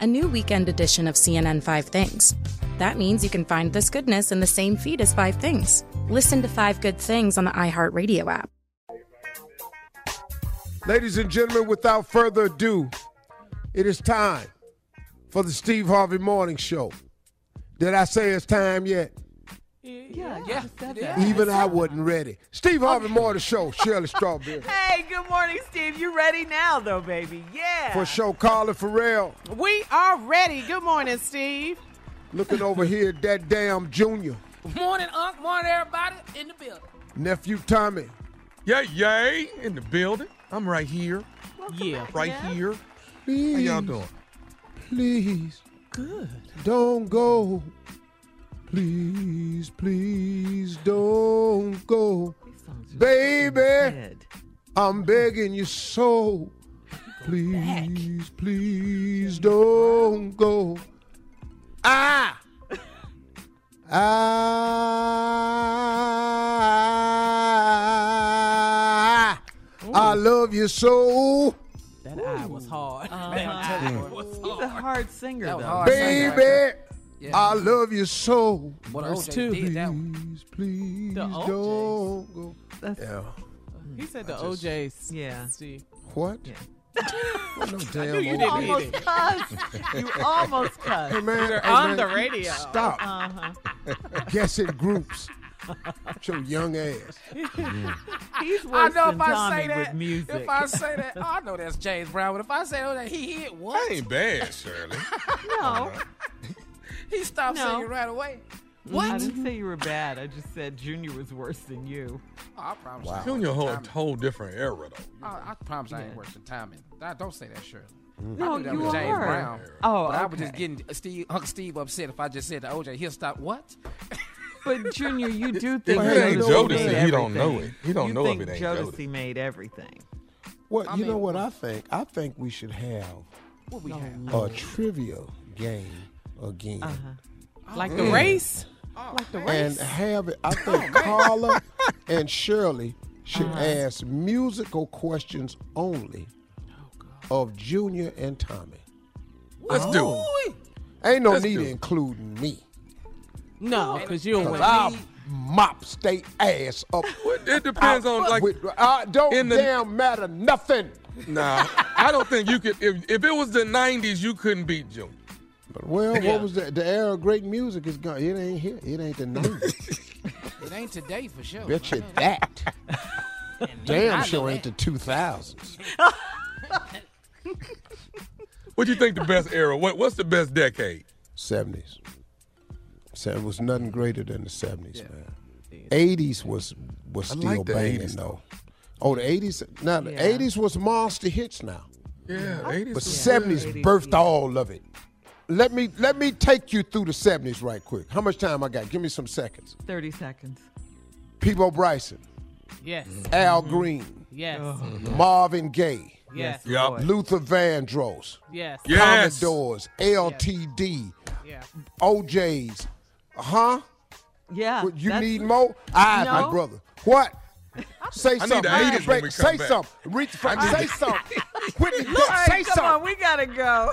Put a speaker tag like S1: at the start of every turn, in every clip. S1: A new weekend edition of CNN Five Things. That means you can find this goodness in the same feed as Five Things. Listen to Five Good Things on the iHeartRadio app.
S2: Ladies and gentlemen, without further ado, it is time for the Steve Harvey Morning Show. Did I say it's time yet?
S3: Yeah, yeah.
S2: Even I wasn't ready. Steve Harvey Morning Show, Shirley Strawberry.
S3: Hey, good morning, Steve. You ready now, though, baby? Yeah.
S2: For show, Carla Farrell.
S3: We are ready. Good morning, Steve.
S2: Looking over here at that damn junior.
S4: Morning, Unc. Morning, everybody in the building.
S2: Nephew Tommy.
S5: Yay, yay, in the building. I'm right here. yeah. Right here.
S2: Please,
S5: How y'all doing?
S2: Please
S4: Good.
S2: don't go. Please, please don't go. Baby, I'm begging you so. Please, please don't go. Ah! I, Ah! I love you so,
S4: That eye was hard. That eye was
S3: He's a hard singer, though.
S2: baby. I love you so.
S4: What
S3: Verse
S4: OJ
S3: two.
S4: did, that one.
S2: Please, please
S4: The OJs.
S2: don't go.
S3: That's-
S2: Yeah.
S6: He said the OJ's.
S3: Yeah.
S6: Steve.
S2: What? Well, no damn
S6: you didn't
S2: old- Hey,
S6: mean
S3: Almost
S6: it.
S3: cussed. You almost cussed.
S2: man, hey,
S6: on
S2: man,
S6: the
S2: you
S6: radio.
S2: Stop. Guess in groups. With your young ass.
S3: He's
S4: I
S3: worse
S4: know
S3: than
S4: if I
S3: Tommy
S4: say
S3: with
S4: that,
S3: music.
S4: if I say that, I know that's James Brown. But if I say that, he hit
S5: That
S4: what?
S5: ain't bad, Shirley.
S3: no,
S4: He stopped
S3: No.
S4: singing right away.
S6: I didn't say you were bad. I just said Junior was worse than you.
S4: Oh, I promise. you.
S5: Junior whole whole different era though.
S4: I, I promise I ain't worse than Tommy. I don't say that, Shirley.
S6: No,
S4: I knew that
S6: you
S4: was James
S6: are.
S4: Brown.
S6: Oh,
S4: but I was just
S6: okay.
S4: getting Steve, Uncle Steve upset if I just said to OJ, he'll stop what?
S6: But Junior, you do
S5: If
S6: think
S5: it ain't
S6: Jodeci
S5: Jodeci,
S6: made
S5: he don't
S6: everything.
S5: know it. He don't
S3: You
S5: know
S3: think
S5: if it ain't
S3: Jodeci
S5: Jodeci.
S3: made everything.
S2: Well, you know
S4: mean-
S2: what I think? I think we should have
S4: What we have?
S2: a trivia game again.
S4: Uh-huh.
S6: Like the race.
S2: and have it.
S4: Oh,
S2: I think Carla and Shirley should
S4: Uh-huh.
S2: ask musical questions only of Junior and Tommy.
S5: Let's do it.
S2: Ain't no
S5: Let's
S2: need
S5: do
S2: of
S5: it.
S2: including me.
S6: No, because you
S2: Cause
S6: win.
S2: I'll
S7: mops they ass up.
S8: it depends on, like,
S7: I don't
S8: in the-
S7: damn matter nothing.
S8: Nah, I don't think you could. If, if it was the '90s, you couldn't beat Junior.
S7: Well,
S8: Yeah.
S7: what was that? The era of great music is gone. It ain't here. It ain't the nineties.
S9: It ain't today for sure.
S7: Bet you
S9: I know
S7: that.
S9: And I
S7: Damn
S9: know
S7: sure
S9: that.
S7: ain't the two thousands.
S8: What do you think the best era? What What's the best decade?
S7: Seventies. So it was nothing greater than the seventies, man. Eighties was was
S8: I
S7: still
S8: like the
S7: banging
S8: 80s,
S7: though. Oh, the eighties. Now the
S8: Yeah.
S7: eighties was monster hits now.
S8: Yeah,
S7: But seventies birthed all of it. Let me let me take you through the seventies right quick. How much time I got? Give me some seconds.
S10: 30 seconds.
S7: Peebo Bryson,
S10: Yes.
S7: Al Green,
S10: Yes.
S7: Marvin Gaye,
S10: Yes,
S8: Yup. Lord.
S7: Luther Vandross,
S10: Yes.
S8: Yes.
S7: Commodores, LTD,
S10: Yeah.
S7: OJ's, huh?
S10: Yeah.
S7: What, you
S10: that's-
S7: need more? I, my
S10: No.
S7: brother. What? Say
S8: I need
S7: something.
S8: the
S7: Reach
S8: 80s when
S7: break-
S8: we come
S7: say
S8: back.
S7: something. Reach for,
S8: I need
S7: say
S8: the-
S7: something. Whitney,
S11: All right,
S7: say
S11: come
S7: something.
S11: on, we gotta go.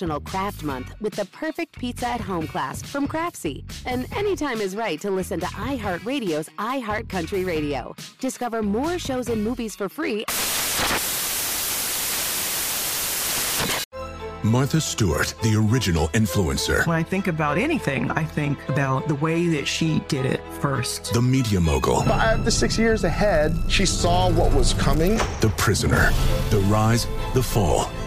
S12: National Craft Month with the perfect pizza at home class from Craftsy. And anytime is right to listen to iHeartRadio's iHeartCountry Radio. Discover more shows and movies for free.
S2: Martha Stewart, the original influencer.
S13: When I think about anything, I think about the way that she did it first.
S2: The media mogul.
S14: Five to six years ahead, she saw what was coming.
S2: The prisoner. The rise, the fall,